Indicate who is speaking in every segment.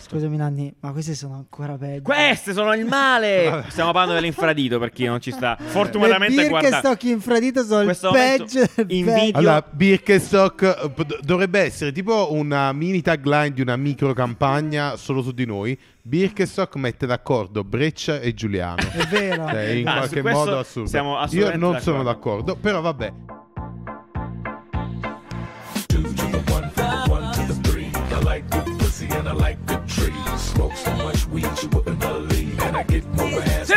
Speaker 1: Scusami Nanni, ma queste sono ancora peggio.
Speaker 2: Queste sono il male! Stiamo parlando dell'infradito per chi non ci sta. Fortunatamente
Speaker 1: Le
Speaker 2: guarda.
Speaker 1: Birkenstock infradito sono il
Speaker 2: questo momento
Speaker 1: peggio del
Speaker 2: invidio-
Speaker 1: peggio.
Speaker 3: Allora, Birkenstock eh, p- d- dovrebbe essere tipo una mini tagline di una micro campagna solo su di noi. Birkenstock mette d'accordo Breccia e Giuliano.
Speaker 1: È vero.
Speaker 3: Cioè, in
Speaker 2: Ah, Eh, su
Speaker 3: qualche
Speaker 2: questo
Speaker 3: modo assurdo.
Speaker 2: siamo
Speaker 3: Io
Speaker 2: assolutamente
Speaker 3: non sono d'accordo, però vabbè.
Speaker 2: Sì!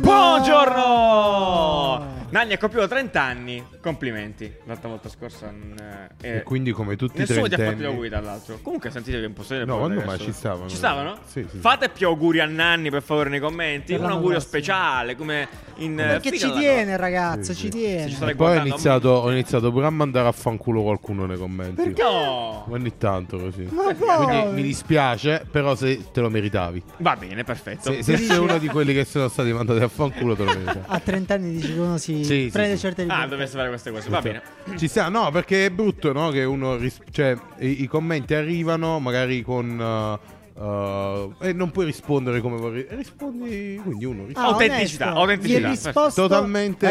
Speaker 1: Buongiorno!
Speaker 2: Buongiorno! Nanni ha compiuto 30 anni. Complimenti. L'altra volta scorsa. non, eh,
Speaker 3: E quindi come tutti i
Speaker 2: Nessuno ti ha fatto gli
Speaker 3: trentenni
Speaker 2: auguri dall'altro. Comunque sentite che è impossibile.
Speaker 3: No,
Speaker 2: proprio,
Speaker 3: ma no,
Speaker 2: ragazzi.
Speaker 3: ma ci stavano.
Speaker 2: Ci stavano?
Speaker 3: Sì, sì, sì.
Speaker 2: Fate più auguri a Nanni per favore nei commenti.
Speaker 1: Per
Speaker 2: Un
Speaker 1: l'anno
Speaker 2: augurio
Speaker 1: prossimo.
Speaker 2: speciale come in eh,
Speaker 1: Perché
Speaker 2: figa
Speaker 1: ci
Speaker 2: la
Speaker 1: tiene
Speaker 2: cosa.
Speaker 1: il ragazzo, ci
Speaker 3: Sì, sì.
Speaker 2: Ci
Speaker 1: tiene.
Speaker 2: sarei
Speaker 3: E poi ho
Speaker 2: guardando-
Speaker 3: iniziato, ho iniziato pure a mandare a fanculo qualcuno nei commenti.
Speaker 2: No.
Speaker 3: Ogni tanto così. Eh,
Speaker 1: Ma
Speaker 3: Quindi
Speaker 1: poi
Speaker 3: mi dispiace, però se te lo meritavi.
Speaker 2: Va bene, perfetto.
Speaker 3: Se, se sei uno di quelli che sono stati mandati a fanculo, te lo meritavi.
Speaker 1: a 30 anni dici che uno si
Speaker 3: Sì, sì,
Speaker 1: prende
Speaker 3: sì.
Speaker 1: certe
Speaker 2: Ah,
Speaker 1: libertà.
Speaker 2: dovesse fare queste cose. Va bene.
Speaker 3: Ci sta, no, perché è brutto, no? Che uno. ris- cioè, i, i commenti arrivano magari con. eh, eh, e non puoi rispondere come vorrei. Rispondi. Quindi uno risponde.
Speaker 1: Ah,
Speaker 2: Autenticità,
Speaker 1: onesto.
Speaker 2: autenticità,
Speaker 1: Gli è
Speaker 2: perfetto.
Speaker 1: risposto-
Speaker 3: Totalmente-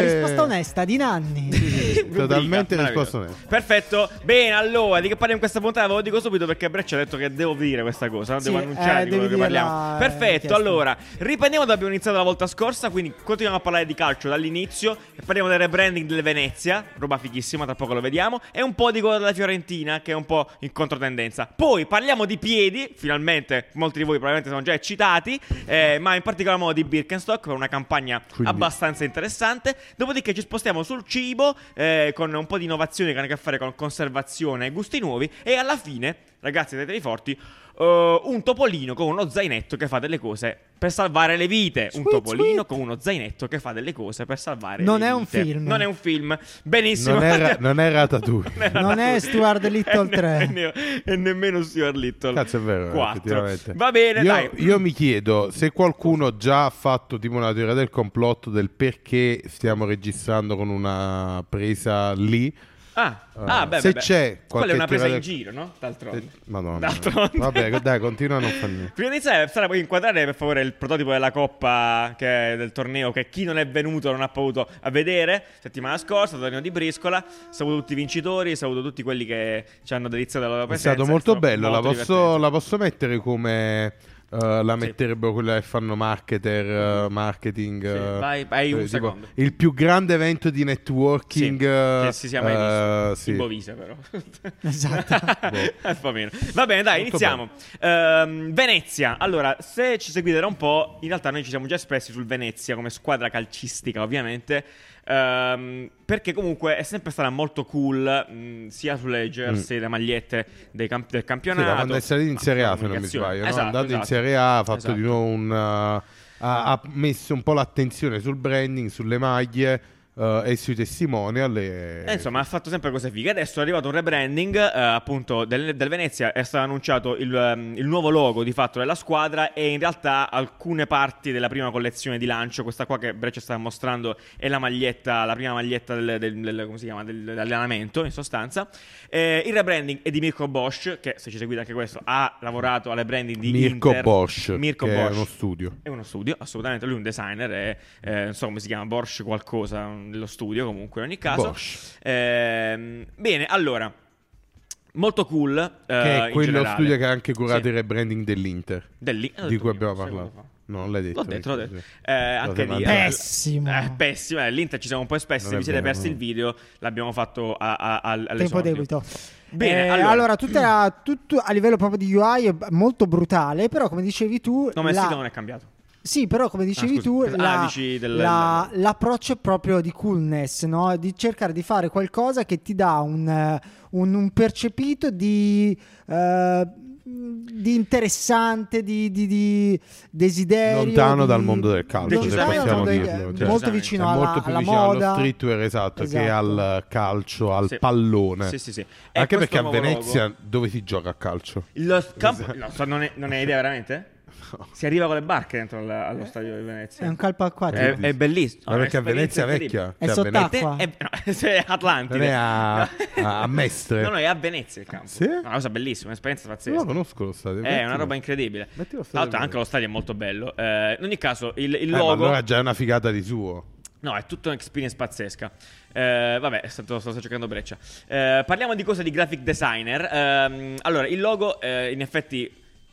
Speaker 1: La risposta onesta di Nanni.
Speaker 2: Rubrica,
Speaker 3: Totalmente
Speaker 2: meraviglioso.
Speaker 3: risposto onesta.
Speaker 2: Perfetto. Bene, allora, di che parliamo in questa puntata? Ve lo dico subito perché Breccia ha detto che devo dire questa cosa, non
Speaker 1: Sì,
Speaker 2: devo annunciare
Speaker 1: eh,
Speaker 2: di quello
Speaker 1: devi
Speaker 2: che parliamo.
Speaker 1: dirla, eh,
Speaker 2: Perfetto,
Speaker 1: richiesta.
Speaker 2: allora, riprendiamo da dove abbiamo iniziato la volta scorsa, quindi continuiamo a parlare di calcio dall'inizio e parliamo del rebranding del Venezia, roba fighissima, tra poco lo vediamo, e un po' di gol della Fiorentina che è un po' in controtendenza. Poi parliamo di piedi, finalmente, molti di voi probabilmente sono già eccitati, eh, ma in particolar modo di Birkenstock per una campagna
Speaker 3: Quindi-
Speaker 2: abbastanza interessante. Dopodiché ci spostiamo sul cibo eh, con un po' di innovazioni che hanno a che fare con conservazione e gusti nuovi. E alla fine, ragazzi, tenetevi forti. eh, un topolino con uno zainetto che fa delle cose per salvare le vite. un
Speaker 1: Sweet,
Speaker 2: topolino
Speaker 1: sweet.
Speaker 2: con uno zainetto che fa delle cose per salvare
Speaker 1: Non è
Speaker 2: le vite.
Speaker 1: un film.
Speaker 2: Non è un film. Benissimo.
Speaker 3: Non era, non era Ratatouille.
Speaker 2: era
Speaker 1: Non
Speaker 2: da-
Speaker 1: è Stuart Little
Speaker 2: E ne-
Speaker 1: 3.
Speaker 2: E, ne- e nemmeno Stuart Little
Speaker 3: Cazzo, è vero.
Speaker 2: 4.
Speaker 3: effettivamente.
Speaker 2: Va bene,
Speaker 3: io,
Speaker 2: dai.
Speaker 3: io mi chiedo se qualcuno già ha fatto tipo una teoria del complotto del perché stiamo registrando con una presa lì.
Speaker 2: Ah,
Speaker 3: Eh,
Speaker 2: ah, beh,
Speaker 3: se
Speaker 2: beh, beh.
Speaker 3: c'è
Speaker 2: Quella
Speaker 3: qualche
Speaker 2: è una presa
Speaker 3: tirata-
Speaker 2: in giro, no? D'altronde.
Speaker 3: Eh, Madonna.
Speaker 2: D'altronde.
Speaker 3: Vabbè, co- dai, continua a non far niente.
Speaker 2: Prima di iniziare, Sara, puoi inquadrare per favore il prototipo della coppa che è del torneo che chi non è venuto non ha potuto a vedere. Settimana scorsa, torneo di Briscola. Saluto tutti i vincitori, saluto tutti quelli che ci hanno deliziato la loro
Speaker 3: È
Speaker 2: presenza.
Speaker 3: stato molto
Speaker 2: stato
Speaker 3: bello, la
Speaker 2: molto
Speaker 3: posso,
Speaker 2: divertente.
Speaker 3: la posso mettere come eh, la metterebbero quella che fanno marketer, eh, marketing.
Speaker 2: Mhm. Sì,
Speaker 3: eh,
Speaker 2: vai- vai un
Speaker 3: tipo,
Speaker 2: secondo.
Speaker 3: Il più grande evento di
Speaker 2: Sì,
Speaker 3: networking. eh,
Speaker 2: che si sia mai
Speaker 3: eh,
Speaker 2: visto.
Speaker 3: sì. Boh.
Speaker 2: In Bovisa, però.
Speaker 1: Esatto.
Speaker 2: Eh, fa meno. Va bene, dai,
Speaker 3: Molto
Speaker 2: iniziamo. Ehm, Venezia. Allora, se ci seguite da un po', in realtà noi ci siamo già espressi sul Venezia come squadra calcistica, ovviamente. ehm, perché comunque è sempre stata molto cool, mh, sia sulle jersey, le magliette dei camp- del
Speaker 3: Mm. Sì,
Speaker 2: campionato. Ah,
Speaker 3: la quando è salito in Serie A, se non mi
Speaker 2: comunicazione.
Speaker 3: sbaglio. no?
Speaker 2: Esatto,
Speaker 3: Andando in
Speaker 2: esatto.
Speaker 3: Serie A ha fatto
Speaker 2: Esatto.
Speaker 3: di nuovo un. eh, ha, ha messo un po' l'attenzione sul branding, sulle maglie eh, e sui testimonial. e-
Speaker 2: Eh, insomma, ha fatto sempre cose fighe. Adesso è arrivato un rebranding, eh, appunto, del, del Venezia. È stato annunciato il, ehm, il nuovo logo di fatto della squadra. E in realtà alcune parti della prima collezione di lancio, questa qua che Breccia stava mostrando, è la maglietta, la prima maglietta del, del- del- come si chiama, del- dell'allenamento, in sostanza. Eh, il rebranding è di Mirko Bosch, che se ci seguite anche questo, ha lavorato alle branding di
Speaker 3: Mirko
Speaker 2: Inter.
Speaker 3: Bosch,
Speaker 2: Mirko
Speaker 3: che è
Speaker 2: Bosch.
Speaker 3: uno studio.
Speaker 2: È uno studio, assolutamente. Lui è un designer, è, eh, non so come si chiama, Borsch qualcosa, lo studio comunque, in ogni caso.
Speaker 3: Bosch.
Speaker 2: Ehm, bene, allora, molto cool. eh,
Speaker 3: Che è quello studio che ha anche curato il rebranding dell'Inter, di cui abbiamo parlato.
Speaker 2: L'ho
Speaker 3: No, non l'hai detto.
Speaker 2: detto, l'ho detto.
Speaker 3: Sì.
Speaker 2: Eh, anche
Speaker 3: sei
Speaker 2: lì.
Speaker 3: mandato.
Speaker 2: eh,
Speaker 1: Pessimo.
Speaker 2: eh, pessimo, eh, l'Inter ci siamo un po' espressi.
Speaker 3: Non è
Speaker 2: Vi siete
Speaker 3: vero,
Speaker 2: persi
Speaker 3: no.
Speaker 2: il video, l'abbiamo fatto a, a, al-
Speaker 1: Tempo
Speaker 2: all'esordio.
Speaker 1: debito.
Speaker 2: Bene,
Speaker 1: Eh,
Speaker 2: allora-
Speaker 1: tutta la- tutto a livello proprio di UI è molto brutale, però come dicevi tu...
Speaker 2: No, ma il
Speaker 1: la-
Speaker 2: sito non è cambiato.
Speaker 1: Sì, però come dicevi
Speaker 2: scusi.
Speaker 1: tu,
Speaker 2: Ah,
Speaker 1: la-
Speaker 2: dici del-
Speaker 1: la- l'approccio è proprio di coolness, no? di cercare di fare qualcosa che ti dà un, eh, un- un percepito di, eh, di interessante, di, di- di desiderio.
Speaker 3: Lontano
Speaker 1: di-
Speaker 3: dal mondo del calcio,
Speaker 2: se
Speaker 1: Lontano dal
Speaker 2: possiamo
Speaker 1: mondo del-
Speaker 2: dirlo, cioè.
Speaker 1: molto
Speaker 2: Decisamente.
Speaker 3: È
Speaker 1: vicino alla,
Speaker 3: molto più
Speaker 1: alla
Speaker 3: vicino
Speaker 1: moda.
Speaker 3: allo streetwear, esatto, che
Speaker 1: Esatto.
Speaker 3: al calcio, al
Speaker 2: Sì.
Speaker 3: pallone.
Speaker 2: Sì, sì, sì. E questo
Speaker 3: Anche perché a Esatto.
Speaker 2: nuovo logo-
Speaker 3: Venezia dove si gioca a calcio?
Speaker 2: Lo campo... no, so, non, è, non hai idea veramente? Si arriva con le barche dentro al- allo stadio di Venezia.
Speaker 1: Eh, È un calcio acquatico.
Speaker 3: Eh,
Speaker 2: È, è bellissimo.
Speaker 3: Ma perché a Venezia è
Speaker 2: un'esperienza
Speaker 3: vecchia?
Speaker 1: È
Speaker 3: Cioè, a
Speaker 1: sott'acqua.
Speaker 3: Venezia-
Speaker 2: incredibile. Te- è- no, se è Atlantide.
Speaker 3: Non è a-
Speaker 2: No.
Speaker 3: a- a Mestre.
Speaker 2: No, no, è a Venezia il campo.
Speaker 3: Sì?
Speaker 2: È Una cosa bellissima, un'esperienza
Speaker 3: Io
Speaker 2: pazzesca.
Speaker 3: lo conosco Eh, lo stadio.
Speaker 2: È una
Speaker 3: mettilo.
Speaker 2: roba incredibile.
Speaker 3: Metti lo stadio
Speaker 2: Tra l'altro,
Speaker 3: di
Speaker 2: anche lo stadio è molto bello. Eh, in ogni caso, il, il
Speaker 3: Eh, ma
Speaker 2: logo.
Speaker 3: allora già è una figata di suo.
Speaker 2: No, è tutta un'experience pazzesca. Eh, vabbè, sto, sto cercando breccia. Eh, parliamo di cose di graphic designer. Ehm, allora, il logo, eh, in effetti.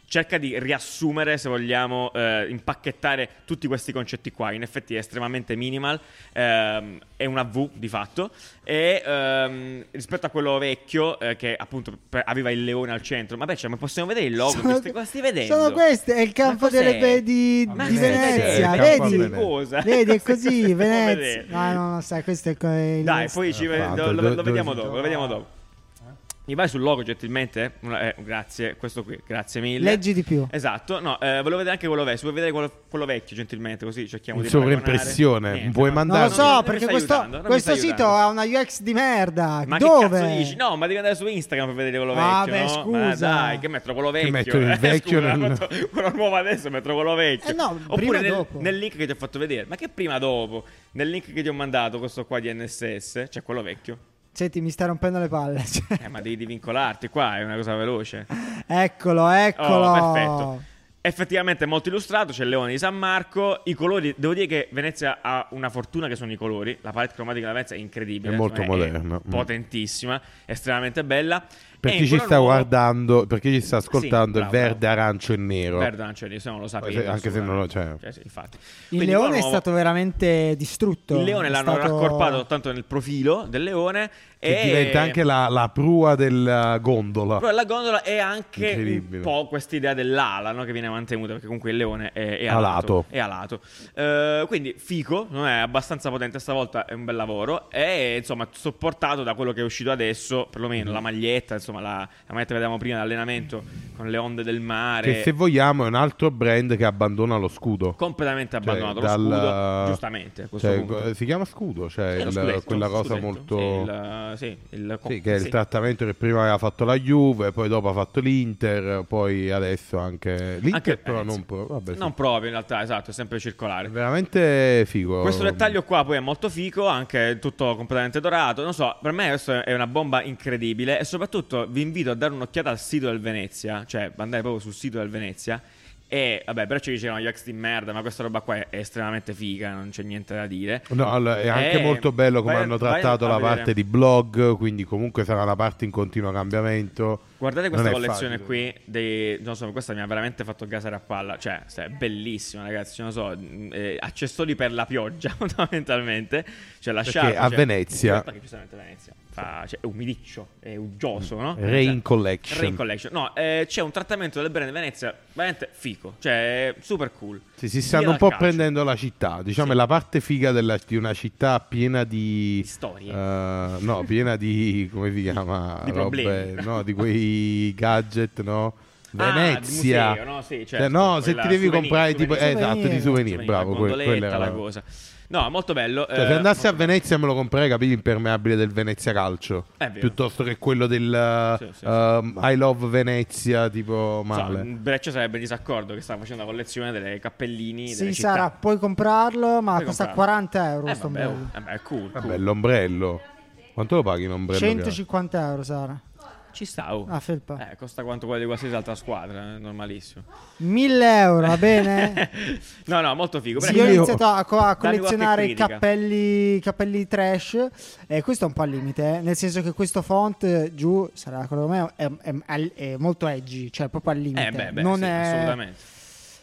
Speaker 2: Cerca di riassumere, se vogliamo, eh, impacchettare tutti questi concetti qua. In effetti è estremamente minimal, ehm, è una V di fatto. E ehm, rispetto a quello vecchio, eh, che appunto per- aveva il leone al centro, ma beh, cioè, ma possiamo vedere il logo?
Speaker 1: Sono-
Speaker 2: Questi qua stai vedendo?
Speaker 1: sono queste, è il campo
Speaker 2: Ma cos'è?
Speaker 1: delle pe- di-
Speaker 2: Ma
Speaker 1: di
Speaker 2: stai
Speaker 1: Venezia,
Speaker 2: vedendo?
Speaker 3: vedi?
Speaker 2: Campo a Venezia. Cosa?
Speaker 1: Vedi, è così,
Speaker 2: Possiamo
Speaker 1: Venezia.
Speaker 2: vedere.
Speaker 1: Ah, no, no, sai, questo è il co- il
Speaker 2: Dai,
Speaker 1: nostro.
Speaker 2: poi ci ve-
Speaker 3: Tanto,
Speaker 2: lo, lo-
Speaker 3: dove-
Speaker 2: lo vediamo
Speaker 3: dove si
Speaker 2: dopo,
Speaker 3: trova?
Speaker 2: lo vediamo dopo. Mi vai sul logo gentilmente? Una- eh, grazie, questo qui, grazie mille.
Speaker 1: Leggi di più.
Speaker 2: Esatto, no, eh, volevo vedere anche quello vecchio, vuoi vedere quello, quello vecchio gentilmente, così cerchiamo
Speaker 3: In
Speaker 2: di paragonare.
Speaker 3: sovraimpressione,
Speaker 2: Niente,
Speaker 3: vuoi
Speaker 2: no.
Speaker 1: Non lo
Speaker 3: mandare-
Speaker 1: so,
Speaker 2: No, non mi
Speaker 1: perché
Speaker 2: stai
Speaker 1: questo,
Speaker 2: aiutando, non mi
Speaker 1: questo
Speaker 2: stai
Speaker 1: sito
Speaker 2: aiutando.
Speaker 1: ha una UX di merda.
Speaker 2: Ma
Speaker 1: Dove?
Speaker 2: che cazzo dici? No, ma devi andare su Instagram per vedere quello
Speaker 1: Ah,
Speaker 2: vecchio.
Speaker 1: beh,
Speaker 2: no?
Speaker 1: scusa.
Speaker 2: Ma dai, che metto quello vecchio.
Speaker 3: metto il
Speaker 2: Eh,
Speaker 3: vecchio
Speaker 2: scusa,
Speaker 3: nel-
Speaker 2: metto quello nuovo adesso metto quello vecchio.
Speaker 1: Eh no, prima
Speaker 2: Oppure nel,
Speaker 1: dopo.
Speaker 2: nel link che ti ho fatto vedere. Ma che prima dopo? Nel link che ti ho mandato, questo qua di NSS, cioè quello vecchio.
Speaker 1: Senti, mi sta rompendo le palle. cioè.
Speaker 2: Eh, ma devi divincolarti qua, è una cosa veloce.
Speaker 1: Eccolo, eccolo.
Speaker 2: Oh, perfetto. Effettivamente è molto illustrato, c'è il leone di San Marco, i colori, devo dire che Venezia ha una fortuna che sono i colori, la palette cromatica della Venezia è incredibile,
Speaker 3: È molto
Speaker 2: secondo me
Speaker 3: moderna. Mm.
Speaker 2: potentissima, estremamente bella.
Speaker 3: Per
Speaker 2: E
Speaker 3: chi
Speaker 2: in
Speaker 3: ci
Speaker 2: quello
Speaker 3: sta
Speaker 2: nuovo-
Speaker 3: guardando, per chi ci sta ascoltando,
Speaker 2: Sì,
Speaker 3: è
Speaker 2: bravo,
Speaker 3: verde,
Speaker 2: bravo.
Speaker 3: arancio e nero.
Speaker 2: Verde arancione, se non lo sapete.
Speaker 3: se- anche se non lo- cioè-
Speaker 2: sì, infatti.
Speaker 1: Il
Speaker 2: Quindi
Speaker 1: leone
Speaker 2: quello
Speaker 1: è
Speaker 2: nuovo-
Speaker 1: stato veramente distrutto.
Speaker 2: Il leone
Speaker 1: È
Speaker 2: l'hanno
Speaker 1: stato-
Speaker 2: raccorpato tanto nel profilo del leone
Speaker 3: Che
Speaker 2: e
Speaker 3: diventa anche la, la prua della gondola.
Speaker 2: Però la gondola è anche un
Speaker 3: Incredibile.
Speaker 2: po' questa idea dell'ala no? che viene mantenuta perché comunque il leone è, è alato.
Speaker 3: Alato.
Speaker 2: È alato. Eh, quindi fico, no? è abbastanza potente stavolta, è un bel lavoro e insomma sopportato da quello che è uscito adesso, perlomeno
Speaker 3: Mm-hmm.
Speaker 2: la maglietta, insomma la, la maglietta che avevamo prima d'allenamento con le onde del mare.
Speaker 3: Che se vogliamo è un altro brand che abbandona lo scudo.
Speaker 2: Completamente
Speaker 3: Cioè,
Speaker 2: abbandonato
Speaker 3: dal-
Speaker 2: lo scudo, giustamente. A questo
Speaker 3: cioè,
Speaker 2: punto.
Speaker 3: eh, si chiama scudo, cioè
Speaker 2: È lo
Speaker 3: il-
Speaker 2: scudetto,
Speaker 3: quella
Speaker 2: lo
Speaker 3: cosa
Speaker 2: scudetto,
Speaker 3: molto.
Speaker 2: Sì, il, sì, il-
Speaker 3: Sì, che è il
Speaker 2: sì.
Speaker 3: trattamento che prima aveva fatto la Juve, poi dopo ha fatto l'Inter, poi adesso anche l'Inter,
Speaker 2: Anche il
Speaker 3: però
Speaker 2: Venezia.
Speaker 3: non può. Vabbè, sì.
Speaker 2: Non proprio in realtà, esatto, è sempre circolare.
Speaker 3: È veramente figo.
Speaker 2: Questo dettaglio qua poi è molto fico, anche tutto completamente dorato. Non so, per me questo è una bomba incredibile e soprattutto vi invito a dare un'occhiata al sito del Venezia, cioè andare proprio sul sito del Venezia. E vabbè, però ci dicevano gli ex di merda, ma questa roba qua è estremamente figa, non c'è niente da dire.
Speaker 3: No, all- è anche
Speaker 2: Eh,
Speaker 3: molto bello come
Speaker 2: vai-
Speaker 3: hanno
Speaker 2: vai
Speaker 3: trattato
Speaker 2: a
Speaker 3: la
Speaker 2: vedere.
Speaker 3: parte di blog, quindi comunque sarà una parte in continuo cambiamento.
Speaker 2: Guardate questa
Speaker 3: Non è
Speaker 2: collezione
Speaker 3: facile.
Speaker 2: qui, dei, non so, questa mi ha veramente fatto gasare a palla, cioè se- è bellissima ragazzi, non so, mh, eh, accessori per la pioggia fondamentalmente, cioè la
Speaker 3: Perché
Speaker 2: sciarpa,
Speaker 3: a
Speaker 2: cioè-
Speaker 3: Venezia-
Speaker 2: Guarda che giustamente Venezia fa- cioè, è umidiccio, è uggioso, no?
Speaker 3: Rain
Speaker 2: Cioè,
Speaker 3: Collection.
Speaker 2: Rain Collection, no, eh, c'è un trattamento del brand Venezia veramente fico, cioè super cool.
Speaker 3: Sì, si
Speaker 2: Via
Speaker 3: stanno un
Speaker 2: dal
Speaker 3: po'
Speaker 2: calcio.
Speaker 3: prendendo la città, diciamo
Speaker 2: Sì.
Speaker 3: è la parte figa della- di una città piena di...
Speaker 2: Di storie. Ah,
Speaker 3: eh, no, piena di... come si chiama?
Speaker 2: Di
Speaker 3: Robe,
Speaker 2: problemi.
Speaker 3: no, di quei gadget, no?
Speaker 2: Ah, di
Speaker 3: Venezia.
Speaker 2: museo, no? Sì, certo,
Speaker 3: Eh, no, se
Speaker 2: quella
Speaker 3: ti devi
Speaker 2: souvenir,
Speaker 3: comprare
Speaker 2: souvenir.
Speaker 3: tipo... eh, esatto, di
Speaker 1: Souvenir.
Speaker 3: souvenir, bravo.
Speaker 2: la
Speaker 3: que-
Speaker 2: gondoletta,
Speaker 3: quella era
Speaker 2: la cosa. No, molto bello.
Speaker 3: Cioè,
Speaker 2: eh,
Speaker 3: se andassi a Venezia me lo comprerei capito impermeabile del Venezia Calcio
Speaker 2: È vero.
Speaker 3: piuttosto che quello del
Speaker 2: Sì, sì, sì.
Speaker 3: ehm, I Love Venezia tipo
Speaker 2: So,
Speaker 3: male.
Speaker 2: Breccia sarebbe in disaccordo che sta facendo la collezione delle cappellini delle
Speaker 1: Sì,
Speaker 2: città.
Speaker 1: Sara, puoi comprarlo, ma
Speaker 2: Puoi
Speaker 1: costa
Speaker 2: comprarlo.
Speaker 1: 40 euro.
Speaker 2: Eh,
Speaker 1: sto
Speaker 2: vabbè,
Speaker 1: ombrello.
Speaker 2: oh, eh, beh, è cool, cool.
Speaker 3: Vabbè, l'ombrello. Quanto lo paghi l'ombrello?
Speaker 1: 150 euro, Sara.
Speaker 2: Ci sta, oh.
Speaker 1: Ah, felpa.
Speaker 2: Eh, costa quanto quello di qualsiasi altra squadra, eh, normalissimo.
Speaker 1: 1000 euro, va bene?
Speaker 2: no, no, molto figo.
Speaker 1: Sì,
Speaker 2: Breccia-
Speaker 1: io ho
Speaker 3: Io-
Speaker 1: iniziato a, co- a
Speaker 2: Dammi qualche
Speaker 1: collezionare i
Speaker 2: critica. Eh,
Speaker 1: cappelli, cappelli trash e questo è un po' al limite, eh, nel senso che questo font eh, giù, sarà d'accordo con me, è, è- è molto edgy, cioè proprio al limite.
Speaker 2: Eh, beh, beh,
Speaker 1: non
Speaker 2: sì,
Speaker 1: è-
Speaker 2: assolutamente.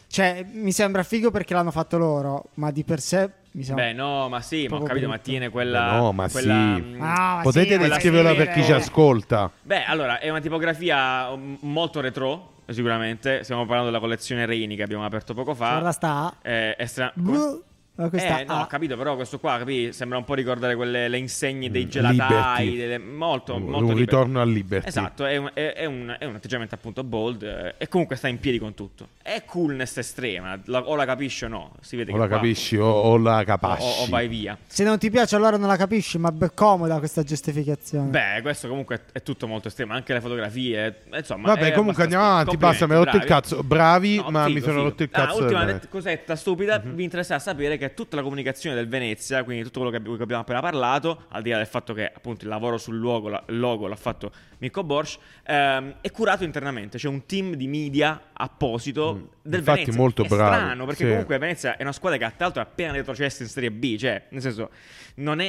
Speaker 1: Cioè, mi sembra figo perché l'hanno fatto loro, ma di per sé mi sembra...
Speaker 2: Beh, no, ma sì, ma ho
Speaker 1: Proprio
Speaker 2: capito, ma
Speaker 1: brutto.
Speaker 2: tiene quella...
Speaker 3: Beh, no, ma
Speaker 2: quella,
Speaker 3: sì.
Speaker 2: mh,
Speaker 1: Ah, ma
Speaker 3: Potete
Speaker 1: sì, ma
Speaker 3: descriverla
Speaker 1: sì,
Speaker 3: per chi ci
Speaker 1: eh.
Speaker 3: ascolta.
Speaker 2: Beh, allora, è una tipografia um, molto retro, sicuramente. Stiamo parlando della collezione Reini che abbiamo aperto poco fa.
Speaker 1: Guarda sta...
Speaker 2: Eh, estra-
Speaker 1: Blu. Eh, questa
Speaker 2: eh, no, ho
Speaker 1: A.
Speaker 2: capito, però questo qua capì, sembra un po' ricordare quelle, le insegne dei
Speaker 3: Mm,
Speaker 2: gelatai,
Speaker 3: Liberty.
Speaker 2: delle- molto,
Speaker 3: Un-
Speaker 2: molto
Speaker 3: un
Speaker 2: libero.
Speaker 3: ritorno al Liberty.
Speaker 2: Esatto, è un, è- è un- è un atteggiamento appunto bold eh, e comunque sta in piedi con tutto. È coolness estrema, la- o la capisci o no, si vede
Speaker 3: O
Speaker 2: che
Speaker 3: la
Speaker 2: qua-
Speaker 3: capisci o, o la
Speaker 2: o- o-
Speaker 3: capasci.
Speaker 2: o vai via.
Speaker 1: Se non ti piace allora non la capisci, ma beh, comoda questa giustificazione.
Speaker 2: Beh, questo comunque è- è tutto molto estremo, anche le fotografie, eh, insomma...
Speaker 3: Vabbè,
Speaker 2: è abbastanza-
Speaker 3: comunque andiamo avanti, basta, mi ha rotto il
Speaker 2: complimenti,
Speaker 3: cazzo. Bravi,
Speaker 2: No,
Speaker 3: ma
Speaker 2: figo,
Speaker 3: mi sono
Speaker 2: figo.
Speaker 3: rotto il
Speaker 2: Ah,
Speaker 3: cazzo. eh. Mhm.
Speaker 2: ultima
Speaker 3: del-
Speaker 2: net- cosetta stupida, vi interessa sapere che tutta la comunicazione del Venezia, quindi tutto quello che, abbi- che abbiamo appena parlato, al di là del fatto che appunto il lavoro sul logo, la- il logo l'ha fatto Mirko Borsch, ehm, è curato internamente, c'è un team di media apposito
Speaker 3: Mm.
Speaker 2: del
Speaker 3: Infatti
Speaker 2: Venezia.
Speaker 3: molto
Speaker 2: è
Speaker 3: bravi,
Speaker 2: strano, perché
Speaker 3: sì.
Speaker 2: comunque Venezia è una squadra che tra l'altro è appena retrocessa in Serie B, cioè nel senso non è...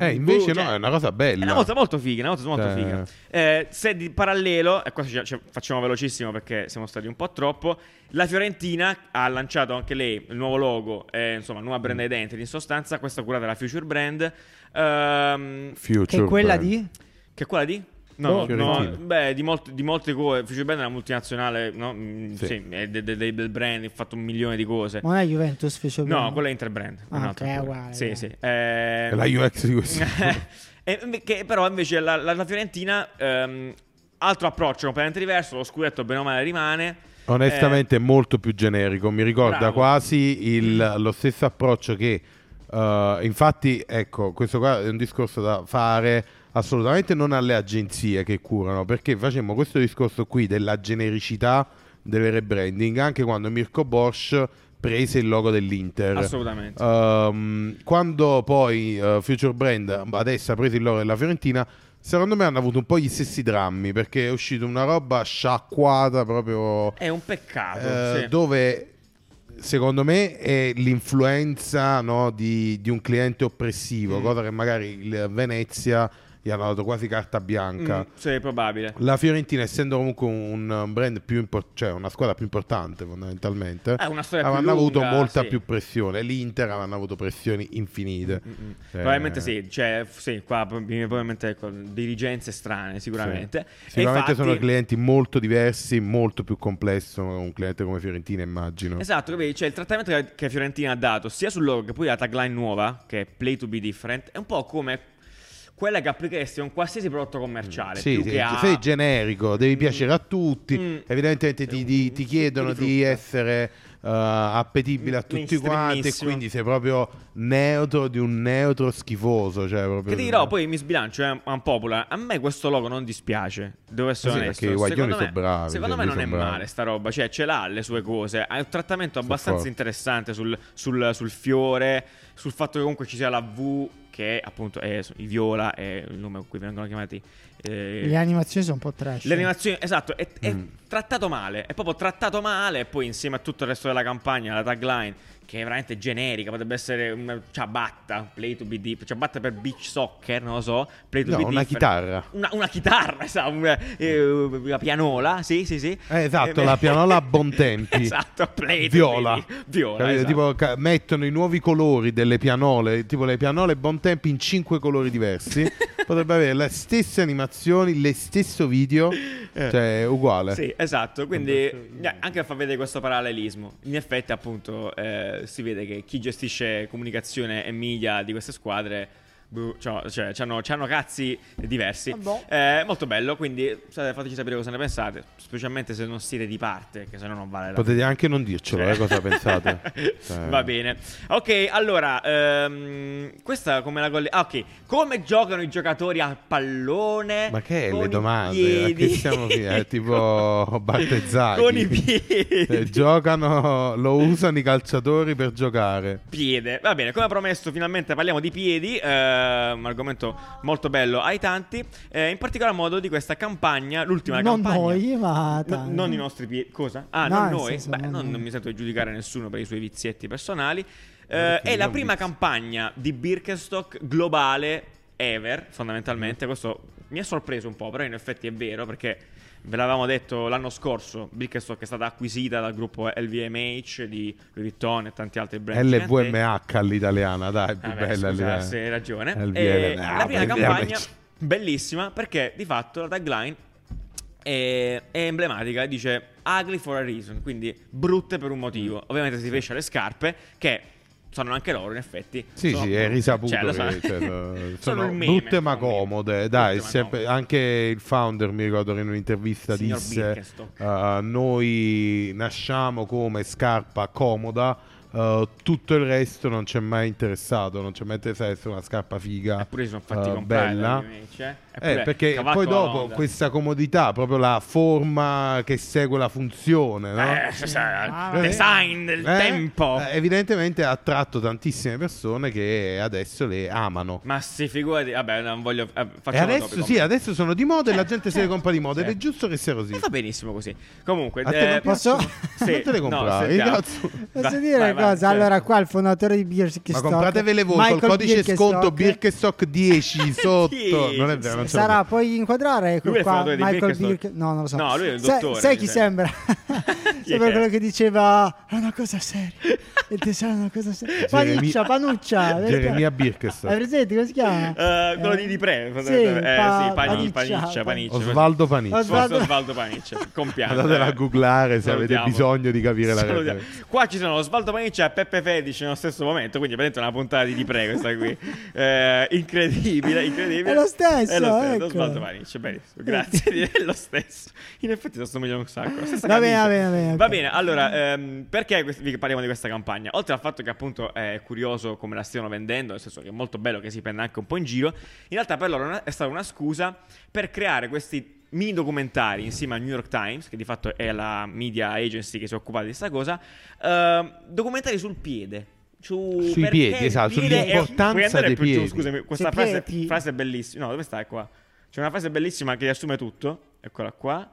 Speaker 3: Eh, invece
Speaker 2: boh, cioè,
Speaker 3: no, è una cosa
Speaker 2: è
Speaker 3: bella.
Speaker 2: una cosa molto figa, una cosa molto
Speaker 3: Cioè-
Speaker 2: figa. Eh, se di parallelo, e questo ci- ci- facciamo velocissimo perché siamo stati un po' troppo, la Fiorentina ha lanciato anche lei il nuovo logo, eh, insomma, nuova
Speaker 3: Mm.
Speaker 2: brand identity in sostanza, questa curata dalla Future Brand, ehm,
Speaker 3: Future
Speaker 1: che è quella
Speaker 3: brand.
Speaker 1: di?
Speaker 2: che è quella di? No, no,
Speaker 3: Oh, Fiorentina.
Speaker 2: beh, di, molti, di molte cose. Future Brand è una multinazionale, no? Mm,
Speaker 3: Sì.
Speaker 2: sì, è de- de- de- del brand, ha fatto un milione di cose.
Speaker 1: Ma non è Juventus, fece
Speaker 2: No, quella è Interbrand.
Speaker 1: Ah,
Speaker 2: un'altra
Speaker 1: ok, è
Speaker 2: ancora.
Speaker 1: uguale,
Speaker 2: Sì,
Speaker 1: dai.
Speaker 2: sì. Ehm,
Speaker 3: È la UX di questo.
Speaker 2: E Eh, inve- che però invece la, la- la Fiorentina, ehm, altro approccio completamente diverso, lo scudetto bene o male rimane. eh,
Speaker 3: Onestamente è molto più generico, mi ricorda
Speaker 2: Bravo.
Speaker 3: quasi il- lo stesso approccio che eh, infatti ecco, questo qua è un discorso da fare assolutamente non alle agenzie che curano, perché facemmo questo discorso qui della genericità del rebranding anche quando Mirko Borsch prese il logo
Speaker 2: Eh,
Speaker 3: dell'Inter.
Speaker 2: assolutamente.
Speaker 3: Ehm, quando poi eh, Future Brand adesso ha preso il loro della Fiorentina, secondo me hanno avuto un po' gli stessi drammi perché è uscita una roba sciacquata proprio
Speaker 2: è un peccato.
Speaker 3: eh,
Speaker 2: sì.
Speaker 3: dove secondo me è l'influenza no, di, di un cliente oppressivo,
Speaker 2: Mm.
Speaker 3: cosa che magari il Venezia gli hanno dato quasi carta bianca.
Speaker 2: Mm, sì, è probabile.
Speaker 3: La Fiorentina, essendo comunque un un brand più importante, cioè una squadra più importante fondamentalmente,
Speaker 2: Ah, una storia più
Speaker 3: avranno avuto
Speaker 2: lunga,
Speaker 3: molta
Speaker 2: sì.
Speaker 3: più pressione. L'Inter avranno avuto pressioni infinite.
Speaker 2: Mm-mm.
Speaker 3: Eh,
Speaker 2: mm, Probabilmente sì, cioè, f- sì, qua pro- probabilmente ecco, dirigenze strane, sicuramente. E
Speaker 3: Sicuramente sono
Speaker 2: infatti-
Speaker 3: clienti molto diversi, molto più complesso un cliente come Fiorentina, immagino.
Speaker 2: Esatto, capito? Cioè, il trattamento che- che Fiorentina ha dato sia sul logo che poi la tagline nuova, che è Play to be different, è un po' come quella che applicheresti a un qualsiasi prodotto commerciale.
Speaker 3: Mm. Sì,
Speaker 2: più
Speaker 3: sì,
Speaker 2: che a-
Speaker 3: sei generico, devi piacere a tutti.
Speaker 2: Mm.
Speaker 3: Evidentemente ti, ti- ti
Speaker 2: Un
Speaker 3: chiedono
Speaker 2: frutto di
Speaker 3: di
Speaker 2: frutta.
Speaker 3: essere eh, appetibile
Speaker 2: Mm,
Speaker 3: a tutti quanti. E
Speaker 2: Mainstreamissimo.
Speaker 3: quindi sei proprio neutro di un neutro schifoso. Cioè proprio...
Speaker 2: Che ti dirò, poi mi sbilancio, è un popolare. A me questo logo non dispiace, devo essere
Speaker 3: Eh Sì,
Speaker 2: onesto.
Speaker 3: perché i guaglioni
Speaker 2: secondo me,
Speaker 3: sono bravi,
Speaker 2: secondo
Speaker 3: cioè,
Speaker 2: me
Speaker 3: lì
Speaker 2: non è
Speaker 3: sono bravi.
Speaker 2: male sta roba, cioè ce l'ha le sue cose, ha un trattamento abbastanza
Speaker 3: forti.
Speaker 2: interessante sul, sul- sul fiore, sul fatto che comunque ci sia la V che appunto è i viola, è il nome con cui vengono chiamati. eh,
Speaker 1: Le animazioni sono un po' trash.
Speaker 2: le animazioni, esatto, è, è
Speaker 3: Mm.
Speaker 2: trattato male, è proprio trattato male e poi insieme a tutto il resto della campagna, la tagline, che è veramente generica, potrebbe essere una ciabatta, play to be deep, ciabatta per beach soccer, non lo so, play to
Speaker 3: No,
Speaker 2: be
Speaker 3: una
Speaker 2: different.
Speaker 3: chitarra.
Speaker 2: Una, una chitarra, esatto, una, eh, una pianola, sì, sì, sì.
Speaker 3: Eh, esatto,
Speaker 2: Eh,
Speaker 3: la pianola a Bontempi.
Speaker 2: esatto, play to
Speaker 3: Viola.
Speaker 2: be deep, viola.
Speaker 3: Capito?
Speaker 2: esatto.
Speaker 3: Tipo, ca- mettono i nuovi colori delle pianole, tipo le pianole Bontempi in cinque colori diversi. Potrebbe avere le stesse animazioni, le stesso video,
Speaker 2: esatto.
Speaker 3: cioè uguale.
Speaker 2: Eh. Sì, esatto, quindi eh, anche a far vedere questo parallelismo. In effetti, appunto, eh, si vede che chi gestisce comunicazione e media di queste squadre boh, c'ho- cioè, c'hanno, c'hanno cazzi diversi.
Speaker 1: Ah, boh.
Speaker 2: Eh, molto bello, quindi sa- fateci sapere cosa ne pensate, specialmente se non siete di parte, che sennò non vale la
Speaker 3: Potete anche non dircelo,
Speaker 2: cioè.
Speaker 3: eh, cosa pensate. Cioè,
Speaker 2: Va bene. Ok, allora, ehm, questa come la golle... Ah, ok. Come giocano i giocatori a pallone?
Speaker 3: Ma che è
Speaker 2: con
Speaker 3: le
Speaker 2: i
Speaker 3: domande? A che
Speaker 2: piedi?
Speaker 3: siamo qui? È tipo battezzati.
Speaker 2: Con i piedi.
Speaker 3: Eh, giocano, lo usano i calciatori per giocare.
Speaker 2: Piede, va bene, come promesso finalmente parliamo di piedi, eh, un argomento molto bello ai tanti, eh, in particolar modo di questa campagna, l'ultima
Speaker 1: non
Speaker 2: campagna.
Speaker 1: noi, ma
Speaker 2: No,
Speaker 1: tanti.
Speaker 2: non i nostri piedi, cosa? Ah,
Speaker 1: No,
Speaker 2: non
Speaker 1: nel
Speaker 2: noi?
Speaker 1: senso,
Speaker 2: Beh,
Speaker 1: non
Speaker 2: non,
Speaker 1: noi.
Speaker 2: non mi sento di giudicare nessuno per i suoi vizietti personali.
Speaker 3: Eh,
Speaker 2: Eh,
Speaker 3: perché
Speaker 2: è la
Speaker 3: non
Speaker 2: prima
Speaker 3: vizi.
Speaker 2: campagna di Birkenstock globale ever, fondamentalmente. Questo mi ha sorpreso un po', però in effetti è vero perché ve l'avevamo detto l'anno scorso. Birkenstock è stata acquisita dal gruppo LVMH di Louis Vuitton e tanti altri brand. giganteschi.
Speaker 3: LVMH all'italiana, dai, è più
Speaker 2: Ah, beh,
Speaker 3: bella
Speaker 2: scusa,
Speaker 3: l'italiana.
Speaker 2: se hai ragione.
Speaker 3: LVMH,
Speaker 2: Eh, la prima
Speaker 3: LVMH.
Speaker 2: campagna, bellissima, perché di fatto la tagline è, è emblematica,
Speaker 3: Mm.
Speaker 2: dice ugly for a reason, quindi brutte per un motivo. Ovviamente si pesce alle scarpe, che sono anche loro, in effetti.
Speaker 3: Sì,
Speaker 2: Sono-
Speaker 3: sì, è risaputo.
Speaker 2: cioè, lo so-
Speaker 3: che, cioè, no,
Speaker 2: Sono
Speaker 3: sono
Speaker 2: il meme,
Speaker 3: brutte ma
Speaker 2: sono un meme.
Speaker 3: comode. Dai,
Speaker 2: Brutte ma
Speaker 3: sempre-
Speaker 2: comode.
Speaker 3: anche il founder mi ricordo che in un'intervista
Speaker 2: Signor
Speaker 3: disse:
Speaker 2: Birkenstock.
Speaker 3: eh, Noi nasciamo come scarpa comoda. eh, tutto il resto non ci è mai interessato. Non ci è mai interessato essere una scarpa figa.
Speaker 2: Eppure si sono fatti
Speaker 3: eh,
Speaker 2: comprare
Speaker 3: bella.
Speaker 2: dagli amici, eh.
Speaker 3: Eh,
Speaker 2: Eppure
Speaker 3: perché
Speaker 2: cavalco
Speaker 3: poi
Speaker 2: la
Speaker 3: dopo
Speaker 2: Honda.
Speaker 3: questa comodità, proprio la forma che segue la funzione, no?
Speaker 2: Eh, cioè, sai,
Speaker 1: Ah,
Speaker 2: il design del
Speaker 3: Eh,
Speaker 2: tempo.
Speaker 3: eh, evidentemente ha attratto tantissime persone che adesso le amano.
Speaker 2: Ma si figurati, vabbè, non voglio. eh,
Speaker 3: E
Speaker 2: facciamo
Speaker 3: adesso
Speaker 2: topico.
Speaker 3: sì, adesso sono di moda e la
Speaker 2: Eh,
Speaker 3: gente se
Speaker 2: certo,
Speaker 3: le compra di moda ed
Speaker 2: sì.
Speaker 3: è giusto che sia così.
Speaker 2: E va benissimo così. Comunque, eh,
Speaker 3: A te non
Speaker 1: posso-
Speaker 3: piacciono?
Speaker 2: sì,
Speaker 3: non te le
Speaker 2: no,
Speaker 3: comprare,
Speaker 2: sentiamo.
Speaker 3: cazzo.
Speaker 1: Posso
Speaker 2: Vai,
Speaker 1: dire
Speaker 2: vai, vai,
Speaker 1: cosa?
Speaker 2: certo.
Speaker 1: allora, qua il fondatore di
Speaker 3: Ma
Speaker 1: Birkenstock
Speaker 3: compratevele voi col
Speaker 1: Michael
Speaker 3: codice sconto
Speaker 1: Birkenstock,
Speaker 3: Birkenstock 10 sotto.
Speaker 2: Sì.
Speaker 3: Non è vero, non ce l'ho
Speaker 1: Sarà poi inquadrare ecco
Speaker 2: Lui è
Speaker 1: qua
Speaker 2: il fondatore di
Speaker 1: Michael
Speaker 2: Birkenstock?
Speaker 1: Birkenstock. No, non lo so.
Speaker 2: No, lui è il
Speaker 1: Sai-
Speaker 2: dottore,
Speaker 1: Sai
Speaker 2: mi
Speaker 1: chi
Speaker 2: sembra.
Speaker 1: sembra?
Speaker 2: Chi è
Speaker 1: sembra
Speaker 2: che è?
Speaker 1: quello che diceva è una cosa seria. Il tesoro è una cosa seria.
Speaker 3: Jeremy-
Speaker 1: Panuccia, panuccia. vero?
Speaker 3: Jeremia
Speaker 1: Hai
Speaker 3: Birkenstock.
Speaker 1: presente come si chiama?
Speaker 2: Eh, quello
Speaker 1: Eh,
Speaker 2: di Di Pre,
Speaker 1: sì, pa-
Speaker 2: eh, sì, Pani-
Speaker 1: Paniccia,
Speaker 2: Paniccia,
Speaker 1: Paniccia.
Speaker 2: Paniccia.
Speaker 3: Osvaldo Panizzi.
Speaker 1: Osvaldo-
Speaker 2: Forse Osvaldo Paniccia, compianto. eh.
Speaker 3: Andatela a googlare se avete
Speaker 2: Salutiamo.
Speaker 3: bisogno di capire la
Speaker 2: Salutiamo.
Speaker 3: realtà.
Speaker 2: Qua ci sono Osvaldo Paniccia e Peppe Fedici nello stesso momento, quindi praticamente è una puntata di Di Pre questa qui. Eh, incredibile, incredibile.
Speaker 1: È lo stesso,
Speaker 2: È lo stesso,
Speaker 1: ecco.
Speaker 2: Osvaldo Paniccia, benissimo. Grazie, direi è lo stesso. In effetti somigliano un sacco. la stessa
Speaker 1: Va bene,
Speaker 2: camicia.
Speaker 1: va bene, va bene.
Speaker 2: Va bene, allora, ehm, perché quest- vi parliamo di questa campagna? Oltre al fatto che appunto è curioso come la stiano vendendo, nel senso che è molto bello che si prenda anche un po' in giro, in realtà per loro è una- è stata una scusa per creare questi mini documentari insieme al New York Times, che di fatto è la media agency che si è occupata di questa cosa, ehm, documentari sul piede. Su
Speaker 3: Sui
Speaker 2: perché
Speaker 3: piedi,
Speaker 2: il
Speaker 3: esatto,
Speaker 2: piede è-
Speaker 3: sull'importanza
Speaker 2: Puoi andare
Speaker 3: dei
Speaker 2: più giù,
Speaker 3: piedi.
Speaker 2: Scusami, questa
Speaker 1: Se
Speaker 2: frase,
Speaker 1: piedi-
Speaker 2: frase è bellissima. No, dove stai qua? C'è una frase bellissima che riassume tutto. Eccola qua.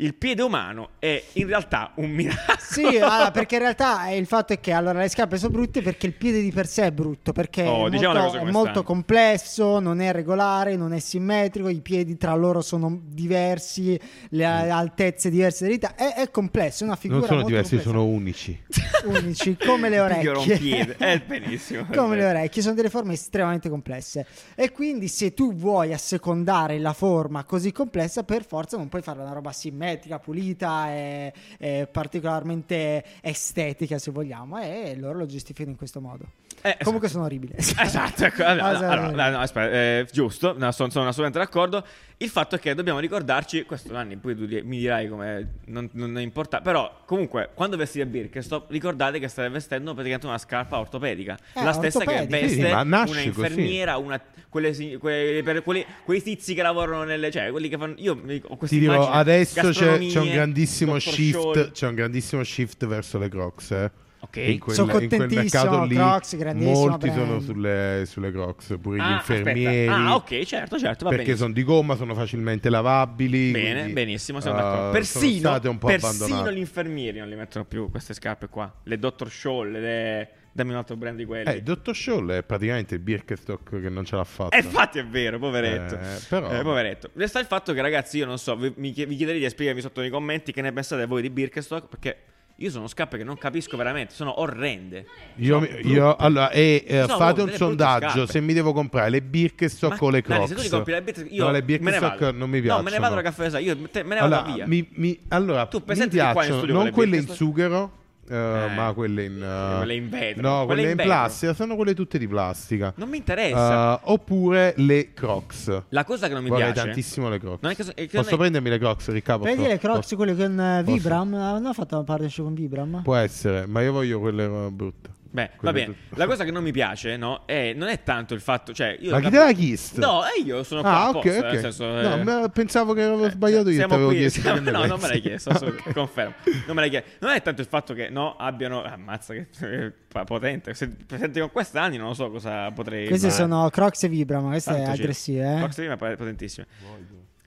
Speaker 2: Il piede umano è in realtà un miracolo.
Speaker 1: Sì,
Speaker 3: ah,
Speaker 1: allora, perché in realtà eh, il fatto è che allora, le scarpe sono brutte perché il piede di per sé è brutto, perché
Speaker 2: Oh,
Speaker 1: è,
Speaker 2: diciamo le cose
Speaker 1: molto, è
Speaker 2: come
Speaker 1: molto
Speaker 2: stanno.
Speaker 1: complesso, non è regolare, non è simmetrico, i piedi tra loro sono diversi, le
Speaker 2: Mm.
Speaker 1: a- altezze diverse delle dita, è, è complesso, è una figura
Speaker 3: Non sono
Speaker 1: molto
Speaker 3: diversi,
Speaker 1: complessa.
Speaker 3: sono unici.
Speaker 1: unici, come le
Speaker 2: Io ero un
Speaker 1: orecchie.
Speaker 2: piede. Eh, benissimo.
Speaker 1: Come le orecchie, sono delle forme estremamente complesse. E quindi, se tu vuoi assecondare la forma così complessa, per forza non puoi fare una roba simmetrica, pulita e, e particolarmente estetica, se vogliamo. E loro lo giustificano in questo modo.
Speaker 2: Eh, esatto.
Speaker 1: Comunque, sono orribile.
Speaker 2: Esatto, ecco, allora,
Speaker 1: Ah, sì,
Speaker 2: allora,
Speaker 1: sì.
Speaker 2: no, no, aspetta, eh, giusto, no, son- sono, assolutamente d'accordo. Il fatto è che dobbiamo ricordarci, questo Nanni, poi tu di- mi dirai come non, non è importa, però comunque quando vestite Birkenstock ricordate che state vestendo praticamente una scarpa ortopedica,
Speaker 1: Eh,
Speaker 2: la stessa che
Speaker 1: ortopedica.
Speaker 2: veste
Speaker 3: Sì, sì, ma nasce
Speaker 2: una
Speaker 3: così.
Speaker 2: infermiera, una, quelle si- quelle- per- quelli- quei tizi che lavorano nelle, cioè quelli che fanno, io mi- ho questa
Speaker 3: Ti dico,
Speaker 2: immagine,
Speaker 3: adesso c'è,
Speaker 2: gastronomie,
Speaker 3: c'è un grandissimo
Speaker 2: dottor
Speaker 3: shift,
Speaker 2: Scholl.
Speaker 3: c'è un grandissimo shift verso le Crocs. eh.
Speaker 2: Ok.
Speaker 3: In quel,
Speaker 1: Sono
Speaker 3: in quel
Speaker 1: contentissimo,
Speaker 3: mercato lì
Speaker 1: Crocs, grandissimo
Speaker 3: molti
Speaker 1: brand.
Speaker 3: sono sulle, sulle Crocs, pure gli
Speaker 2: Ah, aspetta.
Speaker 3: infermieri.
Speaker 2: Ah, ok, certo, certo, va
Speaker 3: perché
Speaker 2: benissimo.
Speaker 3: sono di gomma, sono facilmente lavabili.
Speaker 2: Bene,
Speaker 3: quindi,
Speaker 2: benissimo, siamo
Speaker 3: eh,
Speaker 2: d'accordo. Persino,
Speaker 3: sono state un po'
Speaker 2: persino
Speaker 3: abbandonate.
Speaker 2: gli infermieri non li mettono più queste scarpe qua. Le Dr. Scholl, le... dammi un altro brand di quelli.
Speaker 3: Eh, il dottor Scholl è praticamente il Birkenstock che non ce l'ha fatta.
Speaker 2: E Eh, infatti è vero, poveretto.
Speaker 3: Eh, però-
Speaker 2: Eh, poveretto. Resta il fatto che, ragazzi, io non so, vi, mi chie- vi chiederei di spiegarmi sotto nei commenti che ne pensate voi di Birkenstock, perché io sono scarpe che non capisco veramente, sono orrende.
Speaker 3: Io,
Speaker 2: Sono
Speaker 3: io-
Speaker 2: brutte.
Speaker 3: allora, e, eh,
Speaker 2: Sono
Speaker 3: fate
Speaker 2: brutte,
Speaker 3: un
Speaker 2: delle brutte
Speaker 3: sondaggio
Speaker 2: scarpe.
Speaker 3: se mi devo comprare le Birkenstock
Speaker 2: Ma-
Speaker 3: o le
Speaker 2: Dani,
Speaker 3: Crocs.
Speaker 2: se tu ti compri le Birkenstock, io
Speaker 3: no, le
Speaker 2: me ne
Speaker 3: Birkenstock
Speaker 2: vado.
Speaker 3: non mi
Speaker 2: No,
Speaker 3: piacciono.
Speaker 2: me ne vado alla caffè, io te- me ne vado
Speaker 3: allora,
Speaker 2: via.
Speaker 3: mi, mi- allora,
Speaker 2: Tu
Speaker 3: mi
Speaker 2: presenti qua in
Speaker 3: piacciono
Speaker 2: studio
Speaker 3: non
Speaker 2: quelle
Speaker 3: quelle in
Speaker 2: Birkenstock?
Speaker 3: sughero, eh,
Speaker 2: Eh.
Speaker 3: ma quelle in, eh,
Speaker 2: Quelle in vetro.
Speaker 3: No,
Speaker 2: Quelle
Speaker 3: quelle,
Speaker 2: in
Speaker 3: in,
Speaker 2: vetro.
Speaker 3: plastica, sono quelle tutte di plastica.
Speaker 2: Non mi interessa.
Speaker 3: Eh, oppure le Crocs.
Speaker 2: La cosa che non mi
Speaker 3: Vorrei
Speaker 2: piace...
Speaker 3: tantissimo le Crocs.
Speaker 2: Non è che so- è che
Speaker 3: Posso
Speaker 2: non è-
Speaker 3: prendermi le Crocs, Riccardo?
Speaker 1: Prendi le Crocs, quelle con eh,
Speaker 3: Posso?
Speaker 1: Vibram? Non ha fatto una partnership con Vibram?
Speaker 3: Può essere, ma io voglio quelle eh, brutte.
Speaker 2: Beh, va
Speaker 3: Quelle
Speaker 2: bene.
Speaker 3: brutte.
Speaker 2: La cosa che non mi piace, no? È, non è tanto il fatto. Cioè, io
Speaker 3: Ma chi te l'ha chiesto?
Speaker 2: No, eh, io sono qua.
Speaker 3: Ah, ok,
Speaker 2: apposta,
Speaker 3: ok.
Speaker 2: Nel senso,
Speaker 3: No,
Speaker 2: eh,
Speaker 3: ma pensavo che avevo
Speaker 2: eh,
Speaker 3: sbagliato io.
Speaker 2: siamo
Speaker 3: t'avevo
Speaker 2: qui,
Speaker 3: chiesto
Speaker 2: siamo-
Speaker 3: che ne
Speaker 2: no, non me
Speaker 3: pensi.
Speaker 2: l'hai chiesto.
Speaker 3: Ah,
Speaker 2: assolutamente,
Speaker 3: ok.
Speaker 2: Confermo. Non me l'hai chiesto. Non è tanto il fatto che no, abbiano. Ammazza, che eh, pa- potente. Se presenti con quest'anni, non lo so cosa potrei.
Speaker 1: Queste
Speaker 2: fare.
Speaker 1: sono Crocs e Vibram, ma queste
Speaker 2: Tanto
Speaker 1: è
Speaker 2: ci-
Speaker 1: aggressive, eh?
Speaker 2: Fox Team è pa- potentissima.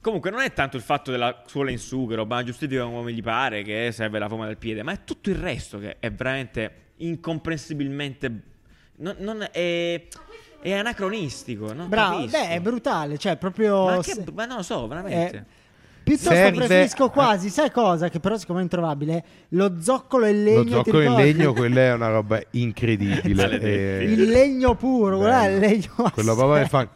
Speaker 2: Comunque non è tanto il fatto della suola in sughero, ma giustifica come gli pare che serve la forma del piede, ma è tutto il resto che è veramente incomprensibilmente... Non, non è, è anacronistico, non
Speaker 1: Bravo,
Speaker 2: capisco.
Speaker 1: beh, è brutale, cioè proprio...
Speaker 2: Ma, che-
Speaker 1: se-
Speaker 2: ma non lo so, veramente.
Speaker 1: Eh, Piuttosto
Speaker 3: Serve-
Speaker 1: preferisco quasi, sai cosa? Che però siccome è introvabile, lo zoccolo in legno.
Speaker 3: Lo
Speaker 1: ti
Speaker 3: zoccolo in
Speaker 1: ricordi?
Speaker 3: legno, quella è una roba incredibile.
Speaker 2: Maledetti.
Speaker 3: Eh,
Speaker 1: Il legno puro, guarda il
Speaker 3: bello.
Speaker 1: legno.
Speaker 3: Quello proprio che fa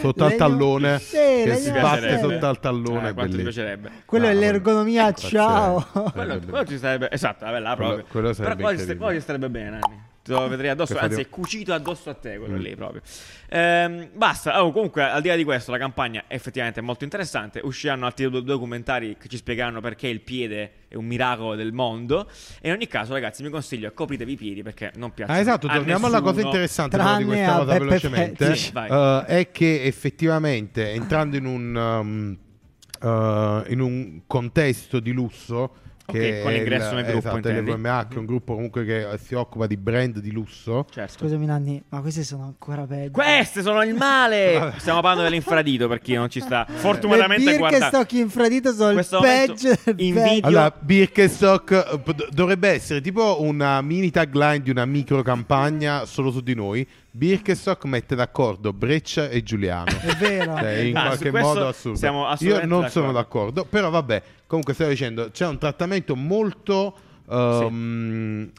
Speaker 3: sotto al
Speaker 1: Legno-
Speaker 3: tallone,
Speaker 1: Sì,
Speaker 3: che
Speaker 1: legno
Speaker 3: si
Speaker 2: Mi
Speaker 3: batte
Speaker 2: piacerebbe.
Speaker 3: sotto al tallone.
Speaker 2: Ah,
Speaker 3: è
Speaker 2: quanto mi
Speaker 3: bellissimo.
Speaker 2: piacerebbe.
Speaker 1: Quello
Speaker 3: Ah,
Speaker 1: è
Speaker 3: vabbè.
Speaker 1: l'ergonomia,
Speaker 3: Pazzesco.
Speaker 1: ciao.
Speaker 3: Eh,
Speaker 2: Quello,
Speaker 3: bello.
Speaker 2: quello ci sarebbe... Esatto, vabbè, là
Speaker 3: Quello-
Speaker 2: proprio.
Speaker 3: quello
Speaker 2: Però
Speaker 3: sarebbe
Speaker 2: poi ci
Speaker 3: incredibile.
Speaker 2: quello ci starebbe bene, Nanni. te lo vedrei addosso,
Speaker 3: Perfetto.
Speaker 2: anzi è cucito addosso a te
Speaker 3: Mm.
Speaker 2: quello lì proprio. Ehm, basta, Oh, comunque al di là di questo la campagna effettivamente è molto interessante, usciranno altri due documentari che ci spiegheranno perché il piede è un miracolo del mondo e in ogni caso ragazzi mi consiglio copritevi i piedi perché non piace.
Speaker 3: Ah, esatto, torniamo alla cosa interessante però, di
Speaker 1: Tranne
Speaker 3: questa
Speaker 1: a
Speaker 3: cosa
Speaker 1: Beppe
Speaker 3: velocemente.
Speaker 2: Fetish. Sì, vai.
Speaker 3: Eh, è che effettivamente entrando in un, um, eh, in un contesto di lusso,
Speaker 2: Ok,
Speaker 3: che
Speaker 2: con
Speaker 3: è
Speaker 2: l'ingresso
Speaker 3: il-
Speaker 2: nel gruppo,
Speaker 3: esatto, è
Speaker 2: intendi?
Speaker 3: l'FMH, un gruppo comunque che eh, si occupa di brand di lusso.
Speaker 2: Certo.
Speaker 1: Scusami Nanni, ma queste sono ancora peggio.
Speaker 2: Queste sono il male! Stiamo parlando dell'infradito per chi non ci sta. Fortunatamente
Speaker 1: Le
Speaker 2: guarda.
Speaker 1: Birkenstock infradito sono il
Speaker 2: Questo momento
Speaker 1: peggio del
Speaker 2: in
Speaker 1: peggio.
Speaker 2: video-
Speaker 3: Allora, Birkenstock eh, p- d- dovrebbe essere tipo una mini tagline di una micro campagna solo su di noi. Birkenstock mette d'accordo Breccia e Giuliano.
Speaker 1: È vero.
Speaker 3: Cioè, in
Speaker 2: Ah, su
Speaker 3: qualche
Speaker 2: questo
Speaker 3: modo assurdo.
Speaker 2: siamo
Speaker 3: Io
Speaker 2: assolutamente
Speaker 3: non sono d'accordo, però vabbè, comunque stavo dicendo, c'è un trattamento molto ehm,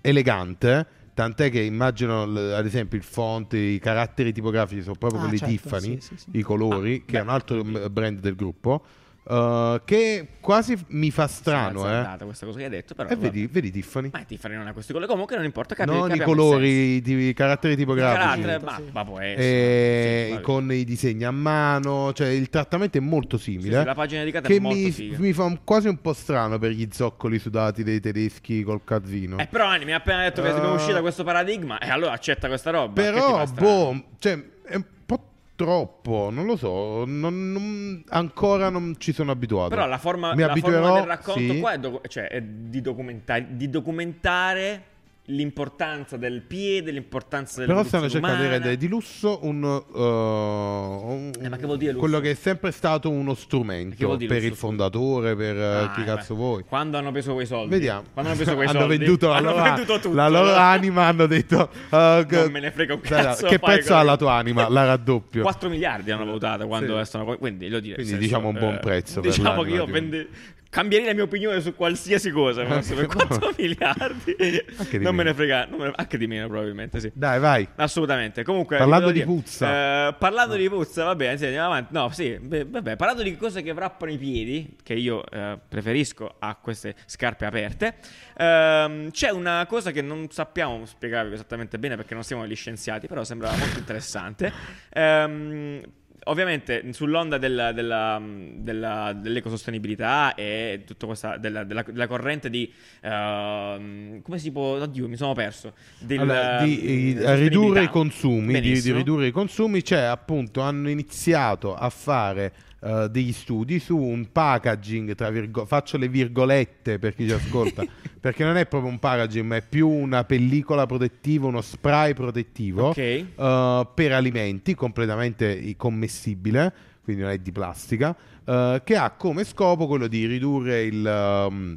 Speaker 3: elegante, tant'è che immagino l- ad esempio il font, i caratteri tipografici sono proprio
Speaker 1: Ah,
Speaker 3: quelli
Speaker 1: certo,
Speaker 3: Tiffany,
Speaker 1: sì, sì, sì.
Speaker 3: i colori, che è un altro m- brand del gruppo, eh, che quasi f- mi fa strano, eh.
Speaker 2: Azzardata questa cosa che hai detto, però.
Speaker 3: E
Speaker 2: vabbè.
Speaker 3: vedi, vedi Tiffany.
Speaker 2: Ma ti farei una questi colori. Comunque non importa capire
Speaker 3: non i colori, i caratteri tipografici.
Speaker 2: carattere, ma,
Speaker 1: Sì.
Speaker 2: ma può essere.
Speaker 3: Eh,
Speaker 2: Sì, vabbè.
Speaker 3: con i disegni a mano, cioè il trattamento è molto simile. eh.
Speaker 2: Sì, sì, la pagina dedicata
Speaker 3: che
Speaker 2: è molto
Speaker 3: mi,
Speaker 2: figa.
Speaker 3: mi fa un- quasi un po' strano per gli zoccoli sudati dei tedeschi col calzino.
Speaker 2: Eh, però Anni mi ha appena detto che
Speaker 3: Eh.
Speaker 2: dobbiamo uscire da questo paradigma. E allora accetta questa roba.
Speaker 3: Però,
Speaker 2: che ti fa strano.
Speaker 3: boh, cioè, è un po' troppo, non lo so, non- non- ancora non ci sono abituato.
Speaker 2: Però la forma,
Speaker 3: Mi
Speaker 2: la
Speaker 3: abituerò,
Speaker 2: forma del racconto
Speaker 3: sì.
Speaker 2: qua è, docu- cioè, è di, documenta- di documentare l'importanza del piede, l'importanza del
Speaker 3: Però stanno cercando di rendere di lusso un, uh, un-
Speaker 2: Eh, ma che vuol dire lusso?
Speaker 3: quello che è sempre stato uno
Speaker 2: Che
Speaker 3: strumento
Speaker 2: vuol dire
Speaker 3: per
Speaker 2: lusso,
Speaker 3: il fondatore, per eh, chi cazzo vuoi.
Speaker 2: Ah, Quando hanno preso quei soldi?
Speaker 3: Vediamo.
Speaker 2: Quando hanno preso quei
Speaker 3: Hanno
Speaker 2: soldi?
Speaker 3: venduto, la
Speaker 2: hanno
Speaker 3: loro-
Speaker 2: venduto tutto.
Speaker 3: La loro anima hanno detto... uh, che-
Speaker 2: me ne frega un
Speaker 3: Sai,
Speaker 2: cazzo,
Speaker 3: Che
Speaker 2: fai
Speaker 3: prezzo
Speaker 2: quello
Speaker 3: ha la
Speaker 2: che-
Speaker 3: tua anima? La raddoppio.
Speaker 2: 4 miliardi hanno valutato quando
Speaker 3: Sì.
Speaker 2: è sono poi. Quindi, voglio dire, nel
Speaker 3: Quindi diciamo un buon
Speaker 2: eh,
Speaker 3: prezzo per
Speaker 2: Diciamo che
Speaker 3: l'anima
Speaker 2: io
Speaker 3: di un- Eh,
Speaker 2: vende- cambierei la mia opinione su qualsiasi cosa. ma se per 4 miliardi
Speaker 3: di
Speaker 2: non me
Speaker 3: meno.
Speaker 2: ne frega, non me ne- anche di meno, probabilmente sì.
Speaker 3: Dai, vai.
Speaker 2: Assolutamente. Comunque,
Speaker 3: Parlando
Speaker 2: volevo
Speaker 3: di puzza.
Speaker 2: eh, parlando di puzza, va bene, sì, andiamo avanti. No, sì, beh, vabbè, parlando di cose che wrappano i piedi, che io eh, preferisco a queste scarpe aperte, ehm, c'è una cosa che non sappiamo spiegarvi esattamente bene perché non siamo gli scienziati, però sembrava molto interessante. Ehm, Ovviamente sull'onda della- della- della- dell'ecosostenibilità e tutta questa della, della- della corrente di ehm, come si può oddio mi sono perso del,
Speaker 3: Allora, di, eh,
Speaker 2: eh,
Speaker 3: ridurre i
Speaker 2: sostenibilità.
Speaker 3: consumi, di- di,
Speaker 2: Benissimo.
Speaker 3: ridurre i consumi, cioè appunto hanno iniziato a fare eh, degli studi su un packaging, tra virgo- faccio le virgolette per chi ci ascolta, perché non è proprio un packaging, ma è più una pellicola protettiva, uno spray protettivo
Speaker 2: Ok.
Speaker 3: eh, per alimenti completamente commestibile, quindi non è di plastica, eh, che ha come scopo quello di ridurre il, ehm,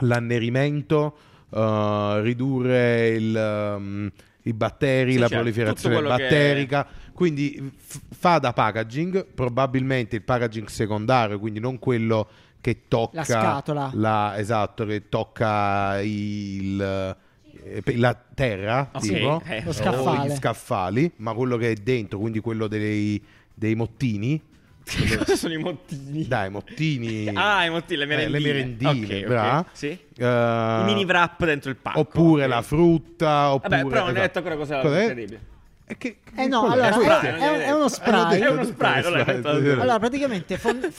Speaker 3: l'annerimento, eh, ridurre il, ehm, i batteri,
Speaker 2: Sì,
Speaker 3: la
Speaker 2: certo,
Speaker 3: proliferazione
Speaker 2: tutto quello che-
Speaker 3: batterica, quindi f- fa da packaging, probabilmente il packaging secondario, quindi non quello che tocca
Speaker 1: La scatola.
Speaker 3: la- esatto, che tocca il, eh, pe- la terra,
Speaker 2: Ok,
Speaker 3: tipo,
Speaker 2: eh.
Speaker 1: Lo
Speaker 3: o
Speaker 1: scaffale.
Speaker 3: gli scaffali, ma quello che è dentro, quindi quello dei, dei mottini.
Speaker 2: Che cosa sono i mottini?
Speaker 3: Dai, mottini.
Speaker 2: Ah, i mottini, le merendine.
Speaker 3: Eh, le merendine,
Speaker 2: Ok, ok.
Speaker 3: bra.
Speaker 2: Sì.
Speaker 3: Eh,
Speaker 2: I mini wrap dentro il pacco.
Speaker 3: Oppure
Speaker 2: ok.
Speaker 3: la frutta. Oppure,
Speaker 2: Vabbè, però non hai
Speaker 3: esatto.
Speaker 2: detto ancora cosa
Speaker 3: Cos'è?
Speaker 2: incredibile.
Speaker 3: Eh, che-
Speaker 1: Eh no,
Speaker 3: cos'è?
Speaker 1: allora,
Speaker 2: È
Speaker 1: è,
Speaker 2: spray,
Speaker 1: è-
Speaker 2: non gliel'hai
Speaker 1: è
Speaker 2: detto.
Speaker 1: uno
Speaker 3: Eh,
Speaker 1: spray.
Speaker 3: l'ho
Speaker 2: È uno
Speaker 3: detto,
Speaker 2: spray,
Speaker 3: l'ho
Speaker 2: l'ho
Speaker 3: detto,
Speaker 2: detto.
Speaker 3: l'ho detto.
Speaker 1: Allora, praticamente, fon-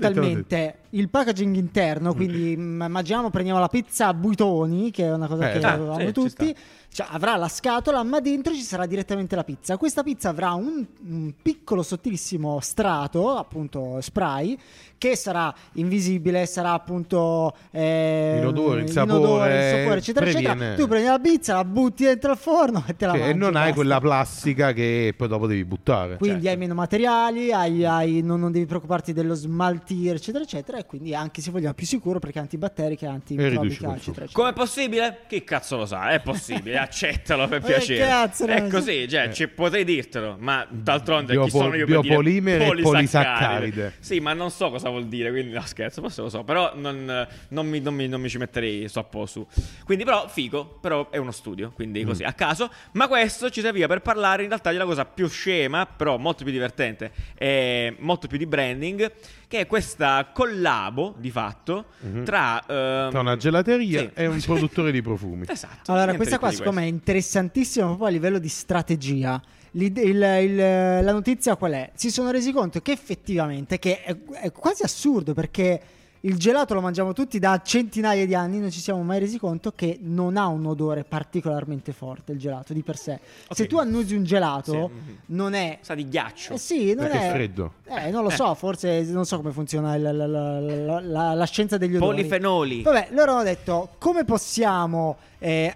Speaker 1: fondamentalmente, il packaging interno, quindi mm, immaginiamo prendiamo la pizza a buitoni, che è una cosa
Speaker 3: Eh,
Speaker 1: che
Speaker 3: ah,
Speaker 1: avevamo
Speaker 2: sì, ci
Speaker 1: tutti, cioè, avrà la scatola, ma dentro ci sarà direttamente la pizza. Questa pizza avrà un, un piccolo, sottilissimo strato, appunto spray, che sarà invisibile, sarà appunto... eh,
Speaker 3: Inodore,
Speaker 1: inodore,
Speaker 3: il
Speaker 1: il
Speaker 3: sapore,
Speaker 1: sapore, eccetera,
Speaker 3: previene.
Speaker 1: eccetera. Tu prendi la pizza, la butti dentro al forno e te la
Speaker 3: Cioè,
Speaker 1: mangi.
Speaker 3: e non hai
Speaker 1: basta.
Speaker 3: quella plastica che poi dopo devi buttare.
Speaker 1: Quindi
Speaker 2: Certo.
Speaker 1: hai meno materiali, hai- hai- non, non devi preoccuparti dello smaltire, eccetera, eccetera. E quindi anche se vogliamo più sicuro perché è antibatterica, è
Speaker 3: riduci il
Speaker 1: antimicrobica,
Speaker 3: consumo.
Speaker 1: eccetera, eccetera.
Speaker 2: Com'è possibile? Chi cazzo lo sa? È possibile, accettalo per
Speaker 1: Eh,
Speaker 2: piacere.
Speaker 1: cazzo,
Speaker 2: è
Speaker 1: ragazzi.
Speaker 2: così, cioè,
Speaker 3: Eh.
Speaker 2: ci potrei dirtelo, ma d'altronde chi
Speaker 3: Biopo-
Speaker 2: sono io per dire
Speaker 3: biopolimere e
Speaker 2: polisaccaride?
Speaker 3: polisaccaride.
Speaker 2: Sì, ma non so cosa vuol dire, quindi no scherzo, forse lo so, però non, non mi, non mi- non mi ci metterei troppo su. Quindi però figo, però è uno studio, quindi così
Speaker 3: Mm.
Speaker 2: a caso, ma questo ci serviva per parlare in realtà di una cosa più scema, però molto più divertente e molto più di branding, che è questa collabo di fatto tra, ehm,
Speaker 3: Mm-hmm. Tra una gelateria
Speaker 2: sì.
Speaker 3: e un produttore di profumi.
Speaker 2: Esatto.
Speaker 1: Allora,
Speaker 2: niente
Speaker 1: questa
Speaker 2: di
Speaker 1: qua,
Speaker 2: più di
Speaker 1: siccome è interessantissima proprio a livello di strategia, l'ide- il- il- la notizia qual è? Si sono resi conto che effettivamente, che è, è quasi assurdo perché il gelato lo mangiamo tutti da centinaia di anni, non ci siamo mai resi conto che non ha un odore particolarmente forte il gelato di per sé. Se
Speaker 2: Ok.
Speaker 1: tu annusi un gelato,
Speaker 2: Sì, mhm.
Speaker 1: non è...
Speaker 2: Sa di ghiaccio.
Speaker 1: eh sì, non
Speaker 3: Perché è
Speaker 1: è
Speaker 3: freddo.
Speaker 1: Eh, non lo so, forse non so come funziona il- la, la- la- la- la scienza degli odori.
Speaker 2: Polifenoli.
Speaker 1: Vabbè, loro hanno detto come possiamo eh,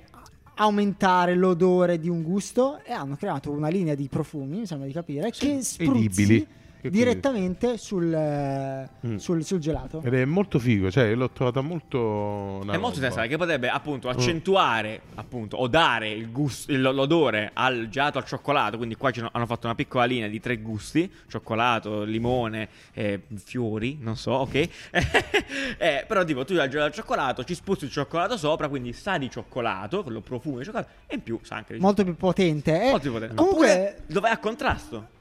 Speaker 1: aumentare l'odore di un gusto e hanno creato una linea di profumi, mi sembra di capire, che spruzzi
Speaker 3: edibili. Che
Speaker 1: direttamente sul, eh,
Speaker 3: Mm.
Speaker 1: sul- sul gelato.
Speaker 3: Ed è molto figo, cioè l'ho trovata molto... una
Speaker 2: È molto
Speaker 3: roba.
Speaker 2: interessante che potrebbe
Speaker 3: Mm.
Speaker 2: appunto accentuare appunto o dare il gusto, il- l'odore al gelato al cioccolato, quindi qua ci hanno- hanno fatto una piccola linea di tre gusti, cioccolato, limone, eh, fiori, non so, ok? Eh, però tipo tu dal gelato al cioccolato ci spruzzi il cioccolato sopra, quindi sa di cioccolato, quello profumo di cioccolato e in più sa anche di
Speaker 1: Molto più potente. eh.
Speaker 2: Molto potente.
Speaker 1: Comunque,
Speaker 2: Oppure dove è a contrasto?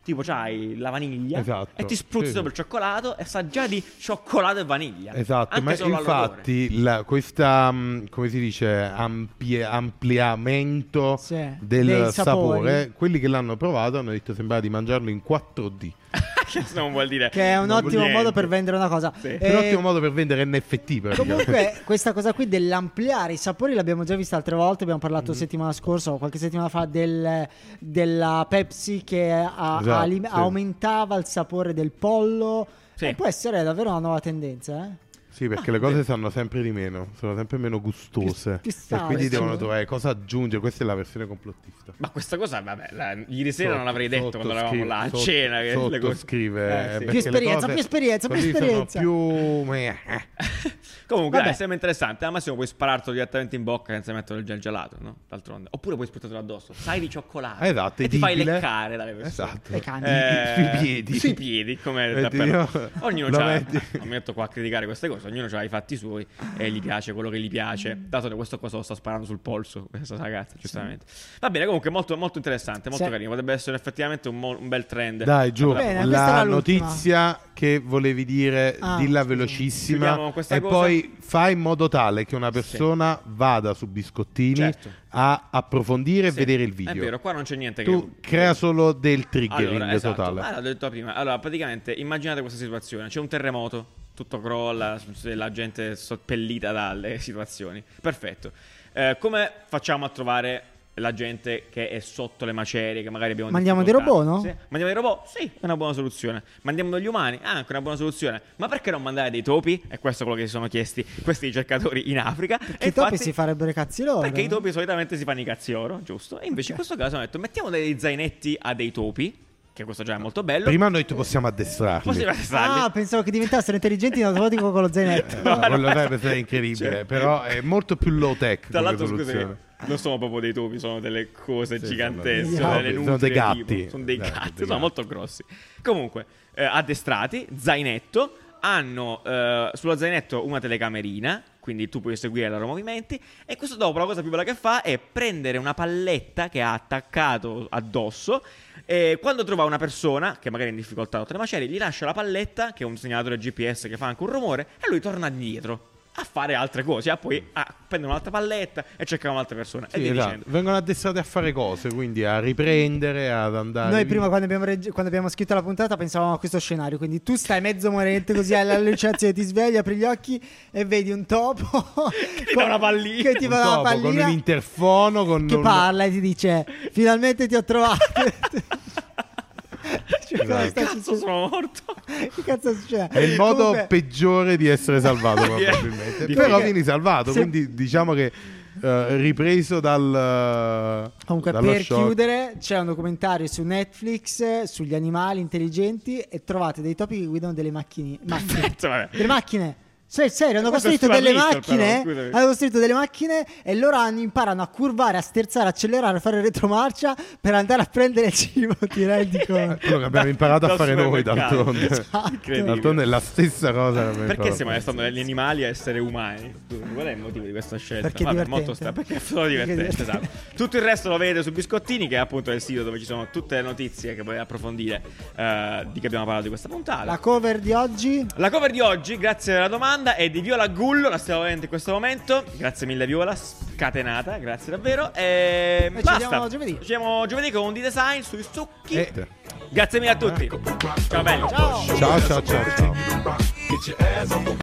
Speaker 2: Tipo c'hai la vaniglia
Speaker 3: Esatto,
Speaker 2: e ti spruzzi
Speaker 3: sì.
Speaker 2: sopra il cioccolato e sa già di cioccolato e vaniglia.
Speaker 3: Esatto,
Speaker 2: Anche
Speaker 3: ma
Speaker 2: solo all'odore.
Speaker 3: infatti la- questa, mh, come si dice, ampie- ampliamento
Speaker 1: Sì,
Speaker 3: del
Speaker 1: dei
Speaker 3: sapore,
Speaker 1: sapori.
Speaker 3: quelli che l'hanno provato hanno detto sembrava di mangiarlo in 4D.
Speaker 2: Questo non vuol dire
Speaker 1: che è un
Speaker 2: non vuol
Speaker 1: ottimo
Speaker 2: niente.
Speaker 1: modo per vendere una cosa.
Speaker 2: Sì.
Speaker 1: Eh,
Speaker 3: È un ottimo modo per vendere NFT praticamente.
Speaker 1: Comunque, questa cosa qui dell'ampliare i sapori l'abbiamo già vista altre volte. Abbiamo
Speaker 2: Mhm.
Speaker 1: parlato settimana scorsa o qualche settimana fa del- della Pepsi che a-
Speaker 3: Esatto,
Speaker 1: alim-
Speaker 3: sì.
Speaker 1: aumentava il sapore del pollo.
Speaker 2: Sì.
Speaker 1: E può essere davvero una nuova tendenza, eh?
Speaker 3: Sì, perché le cose sanno sempre di meno, sono sempre meno gustose.
Speaker 1: Più- più sale,
Speaker 3: e quindi
Speaker 1: sì.
Speaker 3: devono trovare cosa aggiungere. Questa è la versione complottista.
Speaker 2: Ma questa cosa, vabbè, la- ieri sera
Speaker 3: Sotto-
Speaker 2: non l'avrei detto quando eravamo
Speaker 3: sottoscrive-
Speaker 2: là a
Speaker 3: sotto-
Speaker 2: cena. Che le cose-
Speaker 3: sottoscrive,
Speaker 2: Eh, sì.
Speaker 3: perché
Speaker 1: Più
Speaker 3: le
Speaker 1: esperienza,
Speaker 3: cose
Speaker 1: più esperienza, più
Speaker 3: così sono
Speaker 1: esperienza.
Speaker 3: più- meh.
Speaker 2: Comunque,
Speaker 1: Vabbè.
Speaker 2: dai, sembra interessante. Al massimo puoi sparartelo direttamente in bocca senza mettere già il gelato, no? D'altronde. Oppure puoi sputartelo addosso. Sai di cioccolato.
Speaker 3: Esatto,
Speaker 2: E ti fai
Speaker 3: edibile.
Speaker 2: leccare dalle persone.
Speaker 3: Esatto.
Speaker 1: Le canne.
Speaker 2: Eh,
Speaker 3: Sui piedi.
Speaker 2: Sui piedi, come
Speaker 3: Eh,
Speaker 2: da
Speaker 3: ti
Speaker 2: però.
Speaker 3: dico-
Speaker 2: Ognuno
Speaker 3: lo
Speaker 2: c'ha.
Speaker 3: metti.
Speaker 2: Non mi metto qua a criticare queste cose. Ognuno ha i fatti suoi e gli piace quello che gli piace. Dato che questo cosa lo sta sparando sul polso, questa ragazza, giustamente. Va bene, comunque, molto, molto interessante, molto
Speaker 1: Sì.
Speaker 2: carino. Potrebbe essere effettivamente un, mo- un bel trend.
Speaker 3: Dai, giù,
Speaker 1: Bene, questa
Speaker 3: la
Speaker 1: era l'ultima.
Speaker 3: notizia che volevi dire,
Speaker 1: Ah,
Speaker 3: dilla
Speaker 1: scusa.
Speaker 3: velocissima
Speaker 2: Chiudiamo con questa
Speaker 3: e
Speaker 2: cosa?
Speaker 3: poi fai in modo tale che una persona vada su Biscottini
Speaker 2: Certo.
Speaker 3: a approfondire
Speaker 2: Sì,
Speaker 3: e vedere il video.
Speaker 2: È vero, qua non c'è niente
Speaker 3: tu
Speaker 2: che...
Speaker 3: crea solo del triggering
Speaker 2: Allora, esatto.
Speaker 3: totale.
Speaker 2: Allora, l'ho detto prima. Allora, praticamente, immaginate questa situazione. C'è un terremoto, tutto crolla, la gente è soppellita dalle situazioni. Perfetto. Eh, come facciamo a trovare la gente che è sotto le macerie, che magari abbiamo
Speaker 1: Mandiamo dei
Speaker 2: difficoltà?
Speaker 1: robot, no?
Speaker 2: Sì. Mandiamo dei robot? Sì, è una buona soluzione. Mandiamo degli umani? Ah, anche una buona soluzione. Ma perché non mandare dei topi? E questo è quello che si sono chiesti questi ricercatori in Africa.
Speaker 1: Che i topi si farebbero i cazzi loro. eh?
Speaker 2: Perché i
Speaker 1: no?
Speaker 2: topi solitamente si fanno i cazzi oro, giusto? E
Speaker 3: Eh.
Speaker 2: invece in questo caso hanno detto mettiamo dei zainetti a dei topi, che questo già è molto bello.
Speaker 3: Prima noi ti possiamo addestrarli.
Speaker 2: Poi si va a farli.
Speaker 1: Ah, pensavo che diventassero intelligenti in automatico con lo zainetto.
Speaker 2: No,
Speaker 3: quello
Speaker 2: no.
Speaker 3: dovrebbe essere incredibile,
Speaker 2: Cioè-
Speaker 3: però è molto più low tech
Speaker 2: Tra
Speaker 3: come
Speaker 2: l'altro,
Speaker 3: soluzione.
Speaker 2: scusate, non sono proprio dei topi, sono delle cose
Speaker 3: Sì,
Speaker 2: gigantesche.
Speaker 1: sono
Speaker 2: delle
Speaker 3: dei-
Speaker 2: nutre,
Speaker 3: sono dei gatti.
Speaker 2: tipo. Sono dei
Speaker 3: Dai,
Speaker 2: gatti,
Speaker 3: dei
Speaker 2: sono
Speaker 3: gatti.
Speaker 2: molto grossi. Comunque, eh, addestrati, zainetto. Hanno eh, sullo zainetto una telecamerina, quindi tu puoi seguire i loro movimenti. E questo dopo la cosa più bella che fa è prendere una palletta che ha attaccato addosso. E quando trova una persona che magari è in difficoltà o tra le macerie, gli lascia la palletta, che è un segnalatore GPS che fa anche un rumore, e lui torna indietro a fare altre cose. A poi a prendere un'altra palletta e cercare un'altra persona. e
Speaker 3: Sì,
Speaker 2: via
Speaker 3: esatto.
Speaker 2: dicendo.
Speaker 3: Vengono addestrate a fare cose, quindi a riprendere, ad andare.
Speaker 1: Noi
Speaker 3: lì.
Speaker 1: prima quando abbiamo, reg- quando abbiamo scritto la puntata pensavamo a questo scenario, quindi tu stai mezzo morente così all'allucinazione, ti svegli, apri gli occhi e vedi un topo che
Speaker 2: dà una pallina.
Speaker 1: che ti
Speaker 3: Un
Speaker 1: fa una
Speaker 3: topo con
Speaker 1: pallina
Speaker 3: un interfono, con
Speaker 1: che
Speaker 3: un-
Speaker 1: parla e ti dice finalmente ti ho trovato. Cioè, cosa
Speaker 3: Esatto.
Speaker 1: sta
Speaker 2: Cazzo,
Speaker 1: succedendo?
Speaker 2: sono morto.
Speaker 1: Che cazzo succede?
Speaker 3: È il modo
Speaker 1: Comunque,
Speaker 3: peggiore di essere salvato,
Speaker 2: Di-
Speaker 3: probabilmente.
Speaker 2: di-
Speaker 3: Però
Speaker 1: perché-
Speaker 3: vieni salvato,
Speaker 1: se-
Speaker 3: quindi diciamo che eh, ripreso dal.
Speaker 1: Comunque,
Speaker 3: dallo
Speaker 1: per
Speaker 3: shock.
Speaker 1: chiudere, c'è un documentario su Netflix eh, sugli animali intelligenti e trovate dei topi che guidano delle macchine. macchine.
Speaker 2: Perfetto, Cioè, vabbè.
Speaker 1: delle macchine. Se- serio, hanno
Speaker 2: Questo è
Speaker 1: costruito delle
Speaker 2: stranissimo, però,
Speaker 1: macchine.
Speaker 2: scusami.
Speaker 1: hanno costruito delle macchine e loro hanno- imparano a curvare, a sterzare, accelerare, a fare retromarcia per andare a prendere il cibo, ti rendi conto?
Speaker 3: eh, Quello che abbiamo imparato a
Speaker 2: Dal
Speaker 3: fare noi
Speaker 2: supermercato.
Speaker 3: d'altronde.
Speaker 1: Esatto.
Speaker 2: Incredibile.
Speaker 3: D'altronde è la stessa cosa. che abbiamo
Speaker 2: Perché
Speaker 3: imparato.
Speaker 2: stiamo restando dagli animali a essere umani? Qual è il motivo di questa scelta?
Speaker 1: Perché è
Speaker 2: Vabbè,
Speaker 1: divertente.
Speaker 2: molto sta- perché è solo
Speaker 1: Perché è
Speaker 2: divertente,
Speaker 1: divertente.
Speaker 2: esatto. Tutto il resto lo vedete su Biscottini, che è appunto il sito dove ci sono tutte le notizie che volete approfondire eh, di che abbiamo parlato di questa puntata.
Speaker 1: La cover di oggi
Speaker 2: La cover di oggi, grazie alla domanda, è di Viola Gullo, la stiamo vedendo in questo momento. Grazie mille Viola, scatenata, grazie davvero. E
Speaker 1: Noi ci
Speaker 2: basta.
Speaker 1: vediamo giovedì.
Speaker 2: Ci vediamo giovedì con un di design sui succhi.
Speaker 3: Eh. Ecco.
Speaker 2: Grazie mille a tutti. Ciao belli.
Speaker 1: Ciao.
Speaker 3: Ciao, ciao, ciao. ciao.